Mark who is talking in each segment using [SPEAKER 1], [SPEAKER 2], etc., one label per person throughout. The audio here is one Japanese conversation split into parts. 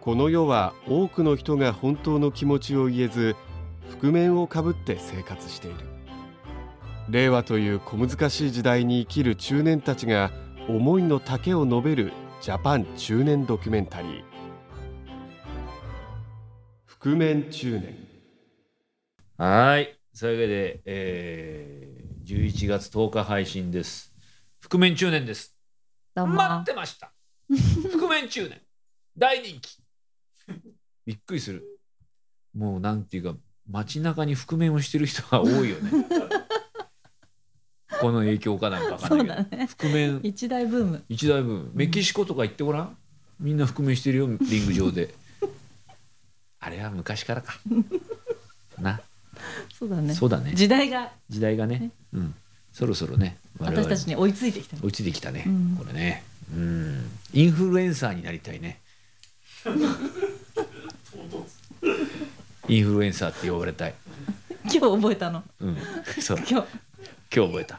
[SPEAKER 1] この世は多くの人が本当の気持ちを言えず覆面をかぶって生活している令和という小難しい時代に生きる中年たちが思いの丈を述べるジャパン中年ドキュメンタリー覆面中年
[SPEAKER 2] はーい。そういうわけで、えー、11月10日配信です。覆面中年です。
[SPEAKER 3] どうも。
[SPEAKER 2] 待ってました。覆面中年。大人気。びっくりする。もうなんていうか、街中に覆面をしてる人が多い よね。この影響かなんかわか
[SPEAKER 3] そ
[SPEAKER 2] ん
[SPEAKER 3] う
[SPEAKER 2] ない
[SPEAKER 3] だね。
[SPEAKER 2] けど。覆面
[SPEAKER 3] 一大ブーム。
[SPEAKER 2] 一大ブームメキシコとか行ってごらんみんな覆面してるよリング上 であれは昔からかな、
[SPEAKER 3] そうだね。
[SPEAKER 2] そうだね
[SPEAKER 3] 時代が
[SPEAKER 2] 時代がね、うん、そろそろね我々
[SPEAKER 3] 私たちに追いついてきた。
[SPEAKER 2] 追いついてきたね、
[SPEAKER 3] うん
[SPEAKER 2] これねうんインフルエンサーになりたいねインフルエンサーって呼ばれたい、
[SPEAKER 3] 今日覚えたの。
[SPEAKER 2] うん、そう
[SPEAKER 3] 今日。
[SPEAKER 2] 今日覚えた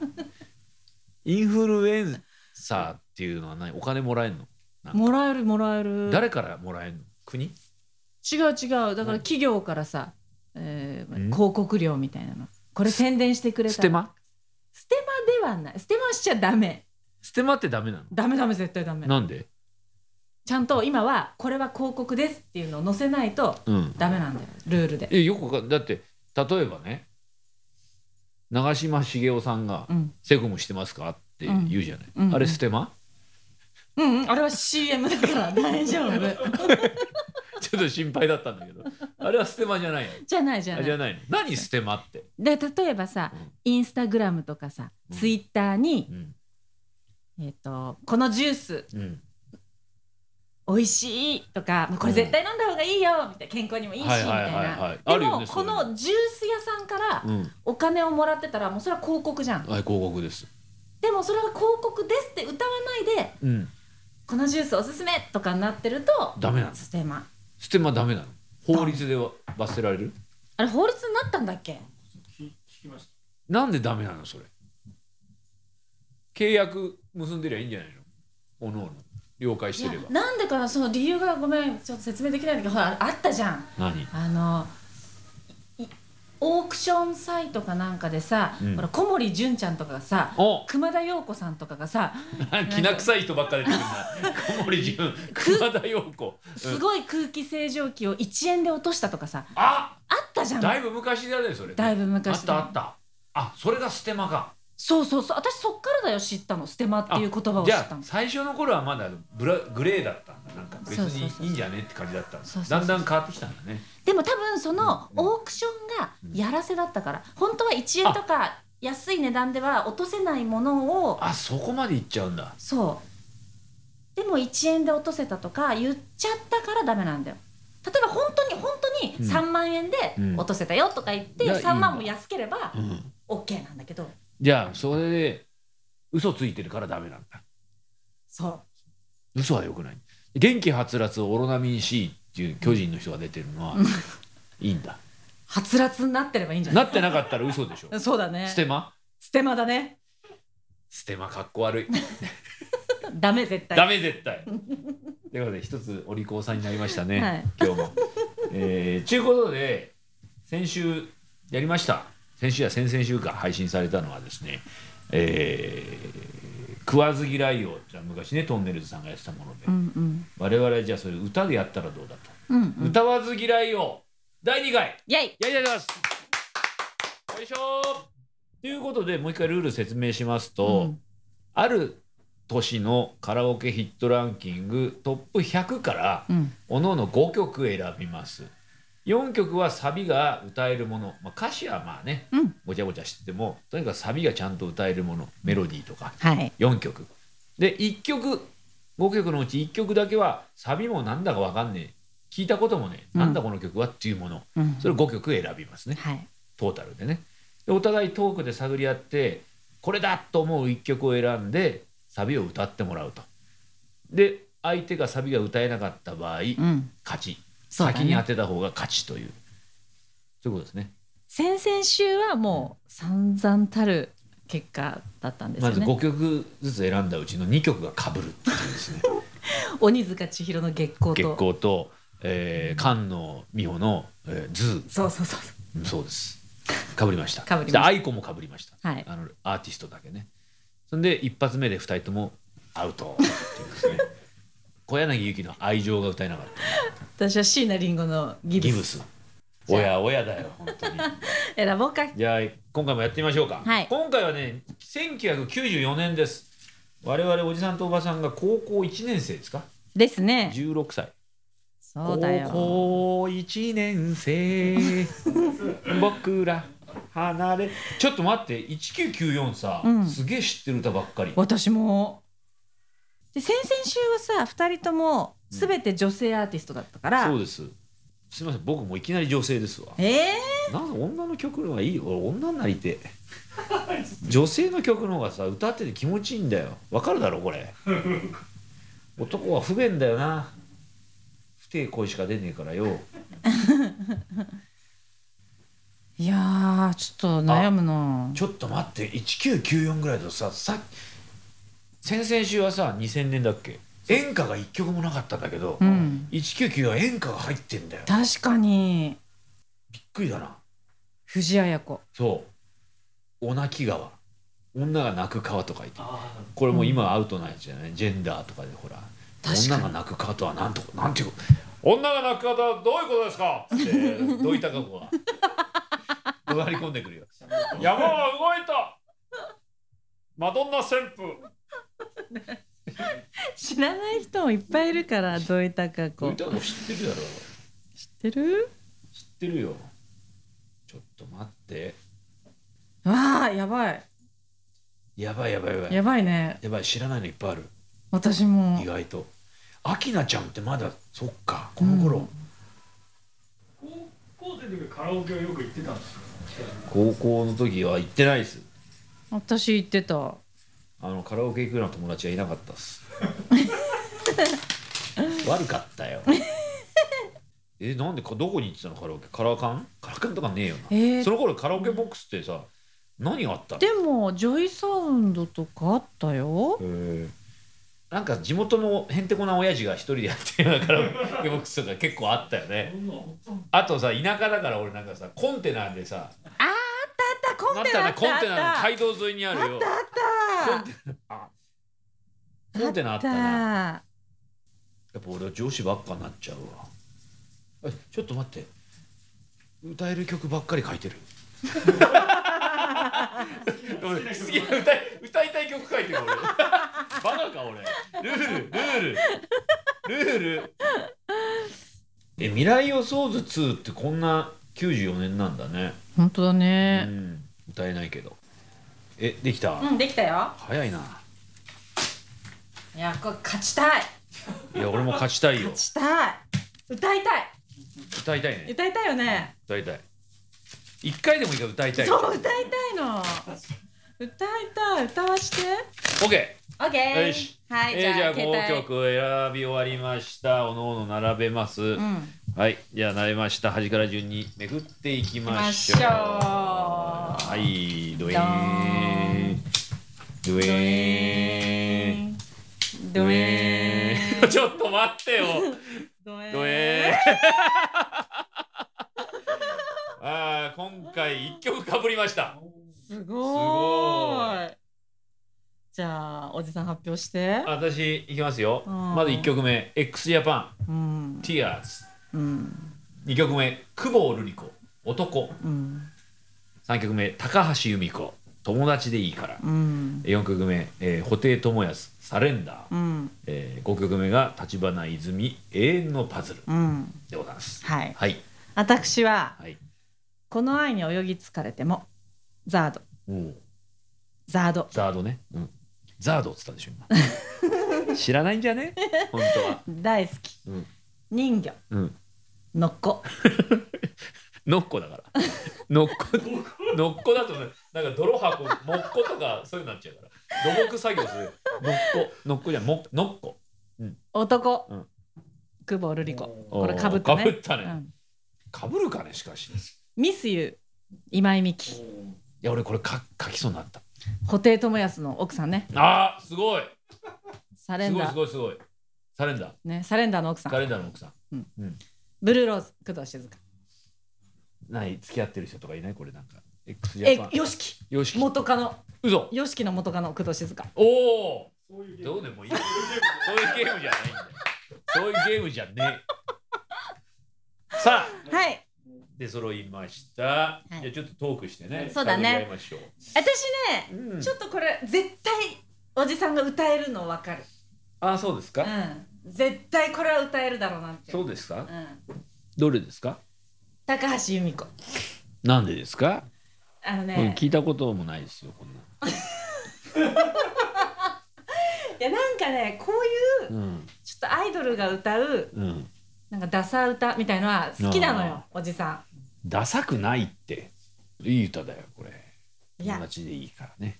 [SPEAKER 2] インフルエンサーっていうのは何お金もらえるのなんか
[SPEAKER 3] もらえるもらえる。
[SPEAKER 2] 誰からもらえるの国
[SPEAKER 3] 違う違う。だから企業からさ、えー
[SPEAKER 2] ん
[SPEAKER 3] 広告料みたいなの。これ宣伝してくれたら。
[SPEAKER 2] ステマ
[SPEAKER 3] ステマではない。ステマしちゃダメ。
[SPEAKER 2] ステマってダメなの
[SPEAKER 3] ダメダメ絶対ダメ。
[SPEAKER 2] なんで
[SPEAKER 3] ちゃんと今はこれは広告ですっていうのを載せないと
[SPEAKER 2] うん
[SPEAKER 3] ダメなんだよ。ルールで。
[SPEAKER 2] えよくわかんだって例えばね長嶋茂雄さんが
[SPEAKER 3] うん
[SPEAKER 2] 「セコムしてますか?」って言うじゃない、
[SPEAKER 3] うんうん
[SPEAKER 2] あれステマ
[SPEAKER 3] うんうん。あれは CM だから大丈 夫。
[SPEAKER 2] ちょっと心配だったんだけ どあれはステマじゃないの
[SPEAKER 3] じゃないじゃ
[SPEAKER 2] あ
[SPEAKER 3] ない
[SPEAKER 2] じ。ゃないの何ステマって、
[SPEAKER 3] で例えばさ、
[SPEAKER 2] うん
[SPEAKER 3] インスタグラムとかさ、
[SPEAKER 2] うん
[SPEAKER 3] ツイッターに
[SPEAKER 2] う、ん
[SPEAKER 3] えーと「このジュース
[SPEAKER 2] うん
[SPEAKER 3] 美味しい」とか「これ絶対飲んだ方がいいよ」みたいな健康にもいいしみ
[SPEAKER 2] は
[SPEAKER 3] た
[SPEAKER 2] い
[SPEAKER 3] い
[SPEAKER 2] はいはいはい
[SPEAKER 3] な
[SPEAKER 2] ある
[SPEAKER 3] で
[SPEAKER 2] よ
[SPEAKER 3] も、
[SPEAKER 2] ね
[SPEAKER 3] こ
[SPEAKER 2] そういう
[SPEAKER 3] のジュース屋さんから
[SPEAKER 2] うん、はい
[SPEAKER 3] お金をもらってたらもうそれは広告じゃん
[SPEAKER 2] 広告です、
[SPEAKER 3] でもそれは広告ですって歌わないで
[SPEAKER 2] うん、
[SPEAKER 3] 「このジュースおすすめ」とかになってると
[SPEAKER 2] ダメなの
[SPEAKER 3] ステマ
[SPEAKER 2] ステマダメなの法律では罰せられる
[SPEAKER 3] あれ法律になったんだっけ
[SPEAKER 2] なんでダメなのそれ契約結んでりゃいいんじゃないのおのおの了解し
[SPEAKER 3] い
[SPEAKER 2] て
[SPEAKER 3] や
[SPEAKER 2] れば
[SPEAKER 3] なんでかなその理由がごめんちょっと説明できないんだけどほらあったじゃん
[SPEAKER 2] 何
[SPEAKER 3] あのいオークションサイトかなんかでさ、
[SPEAKER 2] うん
[SPEAKER 3] ほら小森純ちゃんとかがさ
[SPEAKER 2] お
[SPEAKER 3] 熊田曜子さんとかがさ
[SPEAKER 2] きな臭い人ばっか出てくるな小森純熊田陽子、う
[SPEAKER 3] す
[SPEAKER 2] ん、
[SPEAKER 3] ごい空気清浄機を1円で落としたとかさ
[SPEAKER 2] あ
[SPEAKER 3] あったじゃん
[SPEAKER 2] だいぶ昔だねそれ
[SPEAKER 3] だいぶ昔
[SPEAKER 2] あったあったあそれがステマか
[SPEAKER 3] そうそうそう私そっからだよ知ったのステマっていう言葉を知
[SPEAKER 2] じ
[SPEAKER 3] った
[SPEAKER 2] ゃあ
[SPEAKER 3] の
[SPEAKER 2] 最初の頃はまだブラグレーだったんだなんか別
[SPEAKER 3] そうそうそう
[SPEAKER 2] にいいんじゃねって感じだったんだ
[SPEAKER 3] そうそうそう
[SPEAKER 2] だんだん変わってきたんだね
[SPEAKER 3] でも多分その
[SPEAKER 2] うん
[SPEAKER 3] オークションがやらせだったから本当は1円とか安い値段では落とせないものを
[SPEAKER 2] あそこまでいっちゃうんだ
[SPEAKER 3] そうでも1円で落とせたとか言っちゃったからダメなんだよ例えば本当に本当に
[SPEAKER 2] うん
[SPEAKER 3] 3万円で
[SPEAKER 2] うん
[SPEAKER 3] 落とせたよとか言って、
[SPEAKER 2] いやいいんだ
[SPEAKER 3] 3万も安ければ
[SPEAKER 2] うん
[SPEAKER 3] OK なんだけど
[SPEAKER 2] じゃあそれで嘘ついてるからダメなんだ
[SPEAKER 3] そう
[SPEAKER 2] 嘘はよくない元気はつらつオロナミン C っていう巨人の人が出てるの は、いいんだ
[SPEAKER 3] はつらつになってればいいんじゃな
[SPEAKER 2] なってなかったら嘘でしょ
[SPEAKER 3] い そうだね
[SPEAKER 2] ステマ
[SPEAKER 3] ステマだね
[SPEAKER 2] ステマかっこ悪い
[SPEAKER 3] ダメ絶対
[SPEAKER 2] ダメ絶対ということで一つお利口さんになりましたね、
[SPEAKER 3] はい
[SPEAKER 2] 今日も。えー、ちゅうことで先週やりました先週や先々週か配信されたのはですね、えー、食わず嫌いをじゃあ昔ねトンネルズさんがやってたもので、
[SPEAKER 3] うんうん
[SPEAKER 2] 我々じゃあそれ歌でやったらどうだと。
[SPEAKER 3] うんうん
[SPEAKER 2] 歌わず嫌いを第2回
[SPEAKER 3] イェ
[SPEAKER 2] や
[SPEAKER 3] イ
[SPEAKER 2] りたいと思いますよいしょーということでもう一回ルール説明しますと、
[SPEAKER 3] うん
[SPEAKER 2] ある年のカラオケヒットランキングトップ100から
[SPEAKER 3] うん
[SPEAKER 2] おのおの5曲選びます4曲はサビが歌えるもの、まあ、歌詞はまあね
[SPEAKER 3] うん
[SPEAKER 2] ごちゃごちゃしててもとにかくサビがちゃんと歌えるものメロディーとか
[SPEAKER 3] はい
[SPEAKER 2] 4曲で1曲5曲のうち1曲だけはサビもなんだかわかんねえ聞いたこともね、
[SPEAKER 3] うん
[SPEAKER 2] なんだこの曲はっていうもの
[SPEAKER 3] うん
[SPEAKER 2] それ5曲選びますね
[SPEAKER 3] はい
[SPEAKER 2] トータルでねでお互いトークで探り合ってこれだと思う1曲を選んでサビを歌ってもらうとで相手がサビが歌えなかった場合
[SPEAKER 3] うん
[SPEAKER 2] 勝ち、
[SPEAKER 3] そうだね
[SPEAKER 2] 先に当てた方が勝ちというそういうことですね
[SPEAKER 3] 先々週はもう散々たる結果だったんですよ
[SPEAKER 2] まず
[SPEAKER 3] ね、
[SPEAKER 2] 5曲ずつ選んだうちの2曲がかぶるっていうですね
[SPEAKER 3] 鬼塚千尋の月光と
[SPEAKER 2] 月光と、えー、菅野美穂の、えー、ズ
[SPEAKER 3] そうそうそう
[SPEAKER 2] ーそうですかぶりました
[SPEAKER 3] 被りました
[SPEAKER 2] で愛子もかぶりました、
[SPEAKER 3] はい
[SPEAKER 2] あのアーティストだけねそんで一発目で二人ともアウトっていうです ね小柳ゆきの愛情が歌えなかった
[SPEAKER 3] 私は椎名林檎のギブ
[SPEAKER 2] ギ
[SPEAKER 3] ス
[SPEAKER 2] ブスおやおやだよ本当に
[SPEAKER 3] 選ぼうか
[SPEAKER 2] じゃあ今回もやってみましょうか、
[SPEAKER 3] はい
[SPEAKER 2] 今回はね1994年です我々おじさんとおばさんが高校1年生ですか
[SPEAKER 3] ですね
[SPEAKER 2] 16歳
[SPEAKER 3] そうだよ
[SPEAKER 2] 高校1年 生僕ら離れちょっと待って1994さ、
[SPEAKER 3] うん
[SPEAKER 2] すげえ知ってる歌ばっかり
[SPEAKER 3] 私もで先々週はさ2人とも全て女性アーティストだったから、
[SPEAKER 2] そうですすみません僕もいきなり女性ですわ
[SPEAKER 3] ええ
[SPEAKER 2] なんか女の曲の方がいい俺女になりて え女性の曲の方がさ歌ってて気持ちいいんだよわかるだろこ れ男は不便だよな不定恋しか出ねえからよ
[SPEAKER 3] いやーちょっと悩むな
[SPEAKER 2] ちょっと待って1994ぐらいだとささ先々週はさ2000年だっけ演歌が一曲もなかったんだけど、
[SPEAKER 3] うん
[SPEAKER 2] 199は演歌が入ってんだよびっ
[SPEAKER 3] 確かに
[SPEAKER 2] くりだな
[SPEAKER 3] 藤あや子
[SPEAKER 2] そう「お泣き川」「女が泣く川」とか言ってこれもう今アウトなやつじゃない、ジェンダーとかでほら
[SPEAKER 3] 確かに
[SPEAKER 2] 女が泣く川とはなんとかなんていう女が泣く川とはどういうことですかって土井孝子が怒鳴り込んでくるよ山は動いたマドンナ旋風
[SPEAKER 3] 知らない人もいっぱいいるから土井孝
[SPEAKER 2] 土
[SPEAKER 3] 子
[SPEAKER 2] 井
[SPEAKER 3] 知っ
[SPEAKER 2] 孝子知ってるだろ
[SPEAKER 3] てる
[SPEAKER 2] 知ってるよちょっと待って
[SPEAKER 3] わあやばい
[SPEAKER 2] やばいやばいやばい
[SPEAKER 3] やばいね
[SPEAKER 2] やばい知らないのいっぱいある
[SPEAKER 3] 私も
[SPEAKER 2] 意外とアキナちゃんってまだそっかこの頃、
[SPEAKER 4] 高校生の時カラオケはよく行ってたんですよ
[SPEAKER 2] 高校の時は行ってないです
[SPEAKER 3] 私言ってた
[SPEAKER 2] あのカラオケ行くような友達はいなかったっ す悪かったよえなんでかどこに行ってたのカラオケカラカンカラカンとかねえよな、
[SPEAKER 3] えー
[SPEAKER 2] その頃カラオケボックスってさ何あったの
[SPEAKER 3] でもジョイサウンドとかあったよ
[SPEAKER 2] なんか地元のへんてこな親父が一人でやってるようなカラオケ ボックスとか結構あったよねあとさ田舎だから俺なんかさコンテナでさ
[SPEAKER 3] あったコンテナあ
[SPEAKER 2] な
[SPEAKER 3] っ
[SPEAKER 2] コンテナ
[SPEAKER 3] た
[SPEAKER 2] の
[SPEAKER 3] あっ
[SPEAKER 2] 街道沿いにあるよ
[SPEAKER 3] たあっ
[SPEAKER 2] コンテナあったたな
[SPEAKER 3] あっ
[SPEAKER 2] やっぱ俺は上司ばっかになっちゃうわえちょっと待って歌える曲ばっかり書いてる 俺好きな歌い歌いたい曲書いてる俺 バカか俺ルールルールルールえ未来予想図2ってこんな94年なんだね、
[SPEAKER 3] 本当だ
[SPEAKER 2] う
[SPEAKER 3] ね
[SPEAKER 2] ん、歌えないけどえできた、
[SPEAKER 3] うんできたよ
[SPEAKER 2] 早いない
[SPEAKER 3] やこれ勝ちたい
[SPEAKER 2] いや俺も勝ちたいよ
[SPEAKER 3] 勝ちたい歌いたい
[SPEAKER 2] 歌いたいね
[SPEAKER 3] 歌いたいよね
[SPEAKER 2] 歌いたい一回でもいいから歌いたい
[SPEAKER 3] そう歌いたいの歌いたい歌わして
[SPEAKER 2] オッケ
[SPEAKER 3] オッケ
[SPEAKER 2] ー
[SPEAKER 3] ー
[SPEAKER 2] よし、
[SPEAKER 3] はいじ
[SPEAKER 2] えー、じゃ
[SPEAKER 3] ゃ
[SPEAKER 2] あ
[SPEAKER 3] あ携帯
[SPEAKER 2] 5曲選び終わりましたおのおの並べます、
[SPEAKER 3] うん
[SPEAKER 2] はいじゃあ並べました端から順にめくっていきましょう
[SPEAKER 3] 行きましょう
[SPEAKER 2] はいドエーンド
[SPEAKER 3] ド
[SPEAKER 2] エーン
[SPEAKER 3] エーンドエ ーン
[SPEAKER 2] ちょっと待ってよ
[SPEAKER 3] ドエ
[SPEAKER 2] ド
[SPEAKER 3] ーン
[SPEAKER 2] エーンあー今回一曲かぶりました
[SPEAKER 3] す
[SPEAKER 2] ご
[SPEAKER 3] ご
[SPEAKER 2] ー
[SPEAKER 3] ーいじゃあおじさん発表して
[SPEAKER 2] 私いきますよ
[SPEAKER 3] うん
[SPEAKER 2] まず1曲目 x ジャパン
[SPEAKER 3] う
[SPEAKER 2] 「
[SPEAKER 3] ん
[SPEAKER 2] Tears
[SPEAKER 3] うん」
[SPEAKER 2] 2曲目久保瑠璃子「男
[SPEAKER 3] うん」
[SPEAKER 2] 3曲目高橋由美子「友達でいいから
[SPEAKER 3] うん」
[SPEAKER 2] 4曲目、えー、布袋寅泰「サレンダー
[SPEAKER 3] うん」
[SPEAKER 2] えー、5曲目が橘泉「永遠のパズル
[SPEAKER 3] うん」
[SPEAKER 2] でございます
[SPEAKER 3] はい
[SPEAKER 2] はい
[SPEAKER 3] 私は
[SPEAKER 2] はい
[SPEAKER 3] この愛に泳ぎ疲れてもザード
[SPEAKER 2] おー
[SPEAKER 3] ザード
[SPEAKER 2] ザードね、うん、ザードっつったでしょ今知らないんじゃね本当は
[SPEAKER 3] 大好き、
[SPEAKER 2] うん
[SPEAKER 3] 人魚
[SPEAKER 2] うん
[SPEAKER 3] のっこ
[SPEAKER 2] ノッコだからノッコノッコだとねなんか泥箱モッコとかそういうのになっちゃうから土木作業するノッコノッコじゃんモッノッコ
[SPEAKER 3] 男、
[SPEAKER 2] うん
[SPEAKER 3] 久保瑠璃子これかぶったね
[SPEAKER 2] かぶったね、
[SPEAKER 3] うん
[SPEAKER 2] かぶるかねしかしい
[SPEAKER 3] ミスユー今井美樹
[SPEAKER 2] や俺これか書きそうになった
[SPEAKER 3] 布袋寅泰の奥さんね
[SPEAKER 2] あーすごい
[SPEAKER 3] サレ
[SPEAKER 2] す
[SPEAKER 3] ン
[SPEAKER 2] ごい
[SPEAKER 3] ダ
[SPEAKER 2] す
[SPEAKER 3] ー
[SPEAKER 2] ごいすごいサレンダー
[SPEAKER 3] ねサレンダーの奥さん
[SPEAKER 2] カレンダーの奥さん
[SPEAKER 3] うんブルーローズ工藤静香
[SPEAKER 2] ない付き合ってる人とかいないこれなんか x ジ
[SPEAKER 3] え
[SPEAKER 2] ャパン
[SPEAKER 3] よしき
[SPEAKER 2] よし
[SPEAKER 3] 元カノ
[SPEAKER 2] 嘘
[SPEAKER 3] よしきの元カノ工藤静香
[SPEAKER 2] おお
[SPEAKER 4] そういうゲーム
[SPEAKER 2] どうでもいいそういうゲームじゃないんだよそういうゲームじゃねえさあ
[SPEAKER 3] はい
[SPEAKER 2] 出揃いました、
[SPEAKER 3] い
[SPEAKER 2] じゃあちょっとトークしてね
[SPEAKER 3] そうだね
[SPEAKER 2] 探り合いましょう
[SPEAKER 3] 私ね
[SPEAKER 2] うん
[SPEAKER 3] ちょっとこれ絶対おじさんが歌えるの分かる
[SPEAKER 2] あそうですか、
[SPEAKER 3] うん絶対これは歌えるだろうなって
[SPEAKER 2] そう
[SPEAKER 3] う、
[SPEAKER 2] ですか
[SPEAKER 3] ん、
[SPEAKER 2] どれですか
[SPEAKER 3] 高橋由美子
[SPEAKER 2] なんでですか、
[SPEAKER 3] あのね、
[SPEAKER 2] うん聞いたこともないですよこんな、
[SPEAKER 3] いやなんかねこういう
[SPEAKER 2] うん
[SPEAKER 3] ちょっとアイドルが歌う
[SPEAKER 2] うん、
[SPEAKER 3] なんかダサ歌みたいのは好きなのよおじさ
[SPEAKER 2] ダサくないっていい歌だよこれ
[SPEAKER 3] んいや
[SPEAKER 2] 友達でいいからね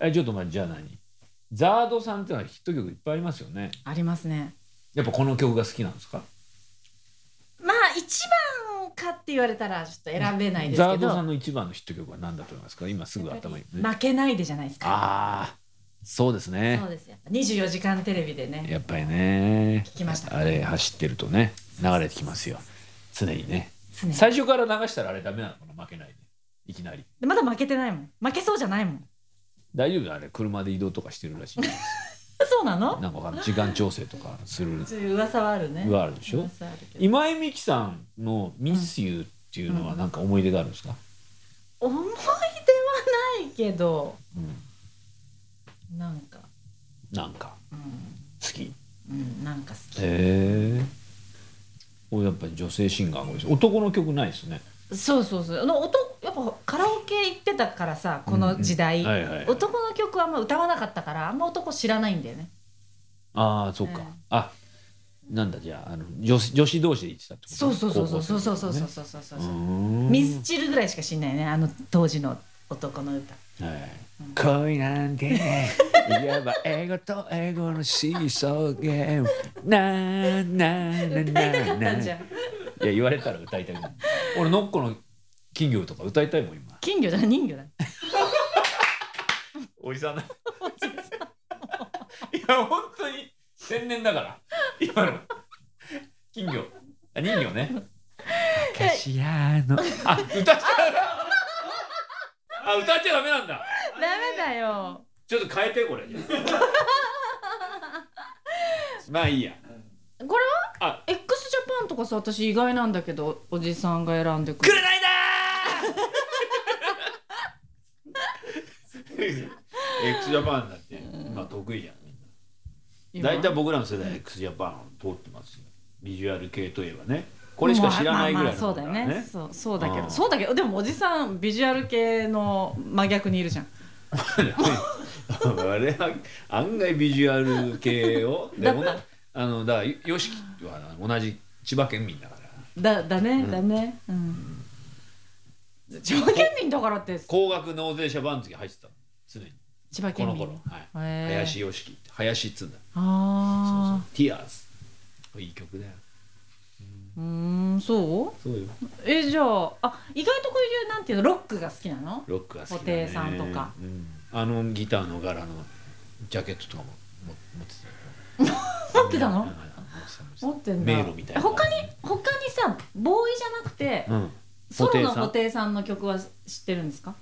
[SPEAKER 2] えちょっと待ってじゃあ何ザードさんってのはヒット曲いっぱいありますよね
[SPEAKER 3] ありますね
[SPEAKER 2] やっぱこの曲が好きなんですか
[SPEAKER 3] まあ一番かって言われたらちょっと選べないです
[SPEAKER 2] ザ
[SPEAKER 3] け
[SPEAKER 2] ードさ
[SPEAKER 3] ど
[SPEAKER 2] んの一番のヒット曲は何だと思いますか今すぐ頭に、ね、
[SPEAKER 3] 負けないでじゃないですか
[SPEAKER 2] ああそうですね
[SPEAKER 3] そうですよ24時間テレビでね
[SPEAKER 2] やっぱりね
[SPEAKER 3] 聞きました
[SPEAKER 2] あれ走ってるとね流れてきますよ常にね
[SPEAKER 3] 常に
[SPEAKER 2] 最初から流したらあれダメなのかな負けないでいきなり
[SPEAKER 3] でまだ負けてないもん負けそうじゃないもん
[SPEAKER 2] 大丈夫だあれ車で移動とかしてるらしいです
[SPEAKER 3] そうなの
[SPEAKER 2] なんかわかんない時間調整とかする
[SPEAKER 3] そういう噂はあるね
[SPEAKER 2] はあるでしょ
[SPEAKER 3] 噂はあるけど
[SPEAKER 2] 今井美樹さんの「ミスユーっていうのはなんか思い出があるんですか、
[SPEAKER 3] 思い出はないけど
[SPEAKER 2] うん
[SPEAKER 3] なんか
[SPEAKER 2] なんか
[SPEAKER 3] う
[SPEAKER 2] 好きへ
[SPEAKER 3] ん、うん、なんか好き
[SPEAKER 2] えおやっぱり女性シンガーが多いです男の曲ないですね
[SPEAKER 3] そうそうそうあの音やっぱカラオケ行ってたからさこの時代、
[SPEAKER 2] うんはいはいはい
[SPEAKER 3] 男の曲はあんま歌わなかったからあんま男知らないんだよね
[SPEAKER 2] ああそうか、
[SPEAKER 3] うん
[SPEAKER 2] あなんだじゃああの女子女子同士で言ってたってこと
[SPEAKER 3] そうそうそうそうそうそうそうそう
[SPEAKER 2] う
[SPEAKER 3] そうそうそう
[SPEAKER 2] うーん
[SPEAKER 3] ミスチルぐらいしか知んないねあの当時の男の歌
[SPEAKER 2] はい恋なん て言えば英語と英語のシーソーゲームなーなーな
[SPEAKER 3] 歌いたか
[SPEAKER 2] ー
[SPEAKER 3] っ
[SPEAKER 2] な
[SPEAKER 3] たん
[SPEAKER 2] ー
[SPEAKER 3] じゃん
[SPEAKER 2] いや言われたら歌いたいもん 俺ノッコの金魚とか歌いたいもん今
[SPEAKER 3] 金魚だ人魚だ
[SPEAKER 2] おじさん だいや本当に天然だから今の金魚あ人魚ねアカシアのあ歌っちゃうあ歌っちゃダメなんだ
[SPEAKER 3] ダメだよ
[SPEAKER 2] ちょっと変えてこ れまあいいや
[SPEAKER 3] これは
[SPEAKER 2] あ
[SPEAKER 3] x ジャパンとかさ私意外なんだけどおじさんが選んでく
[SPEAKER 2] くれ
[SPEAKER 3] る
[SPEAKER 2] ないだー x ジャパンだって今得意じゃんみんな大体僕らの世代は x ジャパンを通ってますよビジュアル系といえばねこれしか知らないぐらいの
[SPEAKER 3] ま
[SPEAKER 2] も
[SPEAKER 3] あ
[SPEAKER 2] ん
[SPEAKER 3] まあ
[SPEAKER 2] から
[SPEAKER 3] まあそうだよねそうそうだけ
[SPEAKER 2] う
[SPEAKER 3] ど
[SPEAKER 2] ん
[SPEAKER 3] そうだけどでもおじさんビジュアル系の真逆にいるじゃん
[SPEAKER 2] あれは案外ビジュアル系をでもなあのだからよよしきは同じ千葉県民だから
[SPEAKER 3] だだね、だねうん千葉県民だからって
[SPEAKER 2] 高額納税者番付入ってたの常に
[SPEAKER 3] 千葉
[SPEAKER 2] こ
[SPEAKER 3] 県
[SPEAKER 2] の
[SPEAKER 3] 民
[SPEAKER 2] 頃、はい、
[SPEAKER 3] へー
[SPEAKER 2] 林よしきって林っつうんだそうそう
[SPEAKER 3] ああ
[SPEAKER 2] ティアーズいい曲だよ
[SPEAKER 3] うーんそう
[SPEAKER 2] そうよ
[SPEAKER 3] えじゃああ意外とこういうなんていうのロックが好きなの
[SPEAKER 2] ロックが好きだ
[SPEAKER 3] 布
[SPEAKER 2] ね
[SPEAKER 3] 袋さんとか、
[SPEAKER 2] うんあのギターの柄のジャケットとかもも持ってたよ
[SPEAKER 3] 持ってたの
[SPEAKER 2] うん持ってた持ってた
[SPEAKER 3] 持ってんだ
[SPEAKER 2] 迷路みたいな
[SPEAKER 3] 他に他にさボーイじゃなくて、
[SPEAKER 2] うん
[SPEAKER 3] ソロの
[SPEAKER 2] 布袋さん
[SPEAKER 3] 布袋さんの曲は知ってるんですか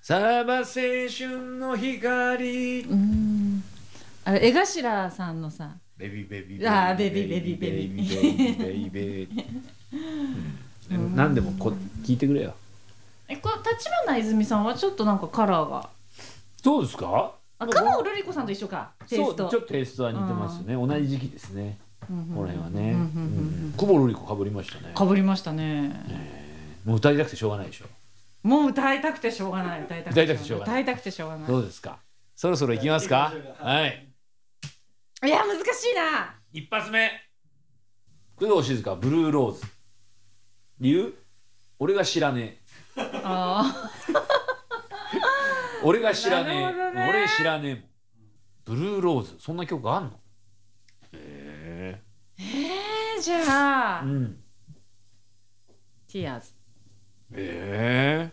[SPEAKER 2] さらば青春の光
[SPEAKER 3] うーんあれ江頭さんのさ
[SPEAKER 2] ベビーベビ
[SPEAKER 3] あーベビーベビーベ
[SPEAKER 2] ベビ
[SPEAKER 3] ビー
[SPEAKER 2] ーベビーベビーベビーうん何でもこ聞いてくれよ
[SPEAKER 3] えこれ立花泉さんはちょっとなんかカラーが
[SPEAKER 2] そうですか
[SPEAKER 3] あカモルリコさんと一緒かテイ
[SPEAKER 2] そ
[SPEAKER 3] ス
[SPEAKER 2] うちょ
[SPEAKER 3] ト
[SPEAKER 2] っとテイストは似てますね同じ時期ですねこの辺はね
[SPEAKER 3] うんうんうんうん
[SPEAKER 2] 久保瑠璃子かぶりましたね
[SPEAKER 3] かぶりましたね
[SPEAKER 2] もう歌いたくてしょうがないでしょ
[SPEAKER 3] もう歌いたくてしょうがない歌いたくてしょうがない歌いたくてしょうがない
[SPEAKER 2] どうですかそろそろ行きますかはい
[SPEAKER 3] いや難しいな
[SPEAKER 2] 一発目工藤静香ブルーローズ理由俺が知らね
[SPEAKER 3] あ
[SPEAKER 2] え俺が知らねえ
[SPEAKER 3] なるほどね
[SPEAKER 2] 俺知らねえもんブルーローズそんな曲あんのえ
[SPEAKER 3] ーじゃ
[SPEAKER 2] う
[SPEAKER 3] あ
[SPEAKER 2] ん
[SPEAKER 3] ティアーズ
[SPEAKER 2] ええ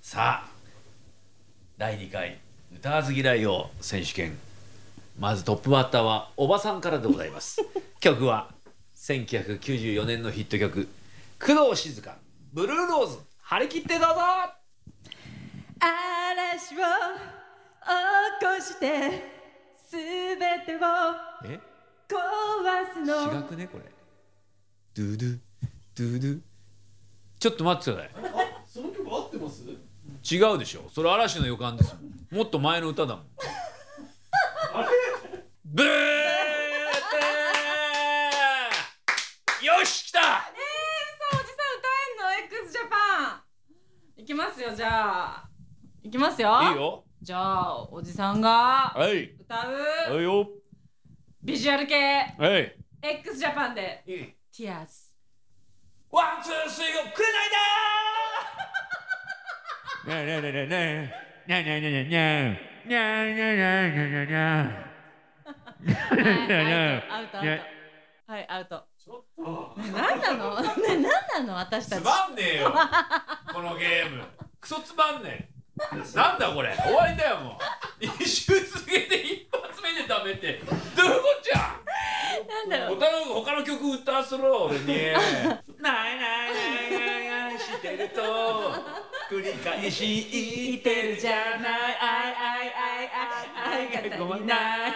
[SPEAKER 2] さあ第2回歌わず嫌いを 選手権まずトップバッターはおばさんからでございます曲は「 1994年のヒット曲工藤静香ブルーローズ張り切ってどうぞ
[SPEAKER 3] 嵐を起こしてすべてを
[SPEAKER 2] え
[SPEAKER 3] 壊す
[SPEAKER 2] 違くねこれドゥドゥドゥドゥちょっと待ってくださ
[SPEAKER 4] その曲合ってます
[SPEAKER 2] い違うでしょそれ嵐の予感ですもんもっと前の歌だもんブーよし来た
[SPEAKER 3] おじさん歌えんの x ジャパンいきますよじゃあいきますよ
[SPEAKER 2] いいよ
[SPEAKER 3] じゃあおじさんが
[SPEAKER 2] はい
[SPEAKER 3] 歌
[SPEAKER 2] は
[SPEAKER 3] う
[SPEAKER 2] いよ
[SPEAKER 3] ビジュアル系
[SPEAKER 2] はい
[SPEAKER 3] x ジャパンで
[SPEAKER 2] いい
[SPEAKER 3] Tears
[SPEAKER 2] ワンツースリーゴーくれないだーねえねえねえねえねえねえねえねえねえねえねえねえねえね
[SPEAKER 3] はい
[SPEAKER 2] ね
[SPEAKER 3] ア
[SPEAKER 2] ね
[SPEAKER 3] ウトアウトアウトはいアウト
[SPEAKER 4] ちょっと
[SPEAKER 3] ね何なのね何なの私た
[SPEAKER 2] つ
[SPEAKER 3] ち
[SPEAKER 2] まんね えよこのゲームクソつまんねえなんだこれ終わりだよもう2週続けて一発目でダメってどういうこっちゃ
[SPEAKER 3] なんだろう
[SPEAKER 2] 他の他の曲歌わせろ俺に「ないないないないないしてると繰り返し言ってる じゃない愛愛愛愛愛が止まんない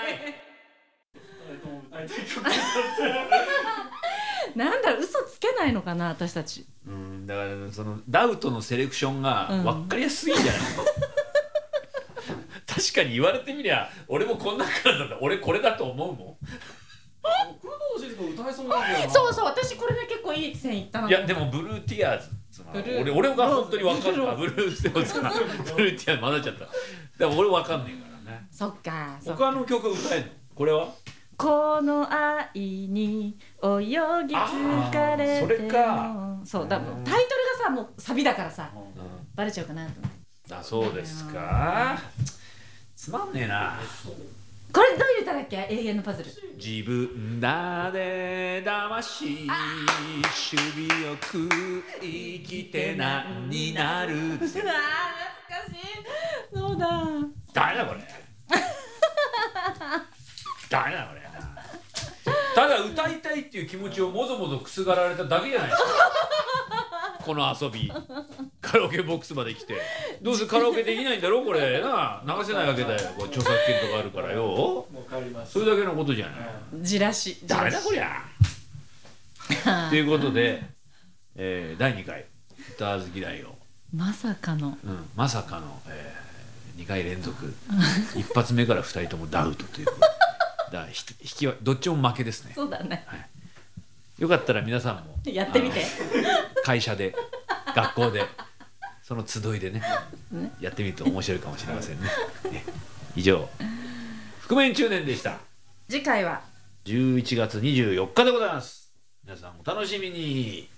[SPEAKER 4] 誰とも歌いたい曲だった
[SPEAKER 3] なんだろう嘘つけないのかな私たち」
[SPEAKER 2] うんだからそのダウトのセレクションが
[SPEAKER 3] うん
[SPEAKER 2] 分かりやすすぎんじゃない、 確かに言われてみりゃ俺もこんなからだった俺これだと思うもん
[SPEAKER 4] 工藤静香歌えそうなんだよな
[SPEAKER 3] そうそう私これで結構いい線いったない
[SPEAKER 2] やでもブルーティアーズその
[SPEAKER 3] ブルー
[SPEAKER 2] 俺俺が本当に分かるわブルーティアーズかなブルーティアーズ混ざっちゃったでも俺分かんねえからね
[SPEAKER 3] そっかそっか
[SPEAKER 2] 他の曲歌えんのこれは
[SPEAKER 3] この愛に泳ぎ疲
[SPEAKER 2] あ
[SPEAKER 3] れて
[SPEAKER 2] ーそ
[SPEAKER 3] も
[SPEAKER 2] れか
[SPEAKER 3] そうだからタイトルがさもうサビだからさバレちゃうかなと思って
[SPEAKER 2] だそうですかつまんねえな
[SPEAKER 3] これどういう歌だっけ永遠のパズル
[SPEAKER 2] 自分だで騙し守備よく生きて何になる
[SPEAKER 3] うわー懐かしいそうだ
[SPEAKER 2] 誰だこ れ誰だこれただ歌いたいっていう気持ちをもぞもぞくすがられただけじゃな いですかこの遊びカラオケボックスまで来てどうせカラオケできないんだろこれな流せないわけだよこれ著作権とかあるからよ
[SPEAKER 4] もう帰ります
[SPEAKER 2] それだけのことじゃない
[SPEAKER 3] じらし
[SPEAKER 2] 誰だこり ゃということで、えー第2回歌わず嫌いを、
[SPEAKER 3] まさかの
[SPEAKER 2] うん、まさかの、え2回連 続一発目から2人ともダウトというだからひ引きはどっちも負けですね
[SPEAKER 3] そうだね
[SPEAKER 2] よかったら皆さんも
[SPEAKER 3] やってみて
[SPEAKER 2] あの会社で学校でその集いでねやってみると面白いかもしれません ねね以上覆面中年でした
[SPEAKER 3] 次回は
[SPEAKER 2] 11月24日でございます皆さんお楽しみに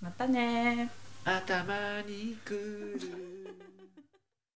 [SPEAKER 3] またねー
[SPEAKER 2] 頭にくる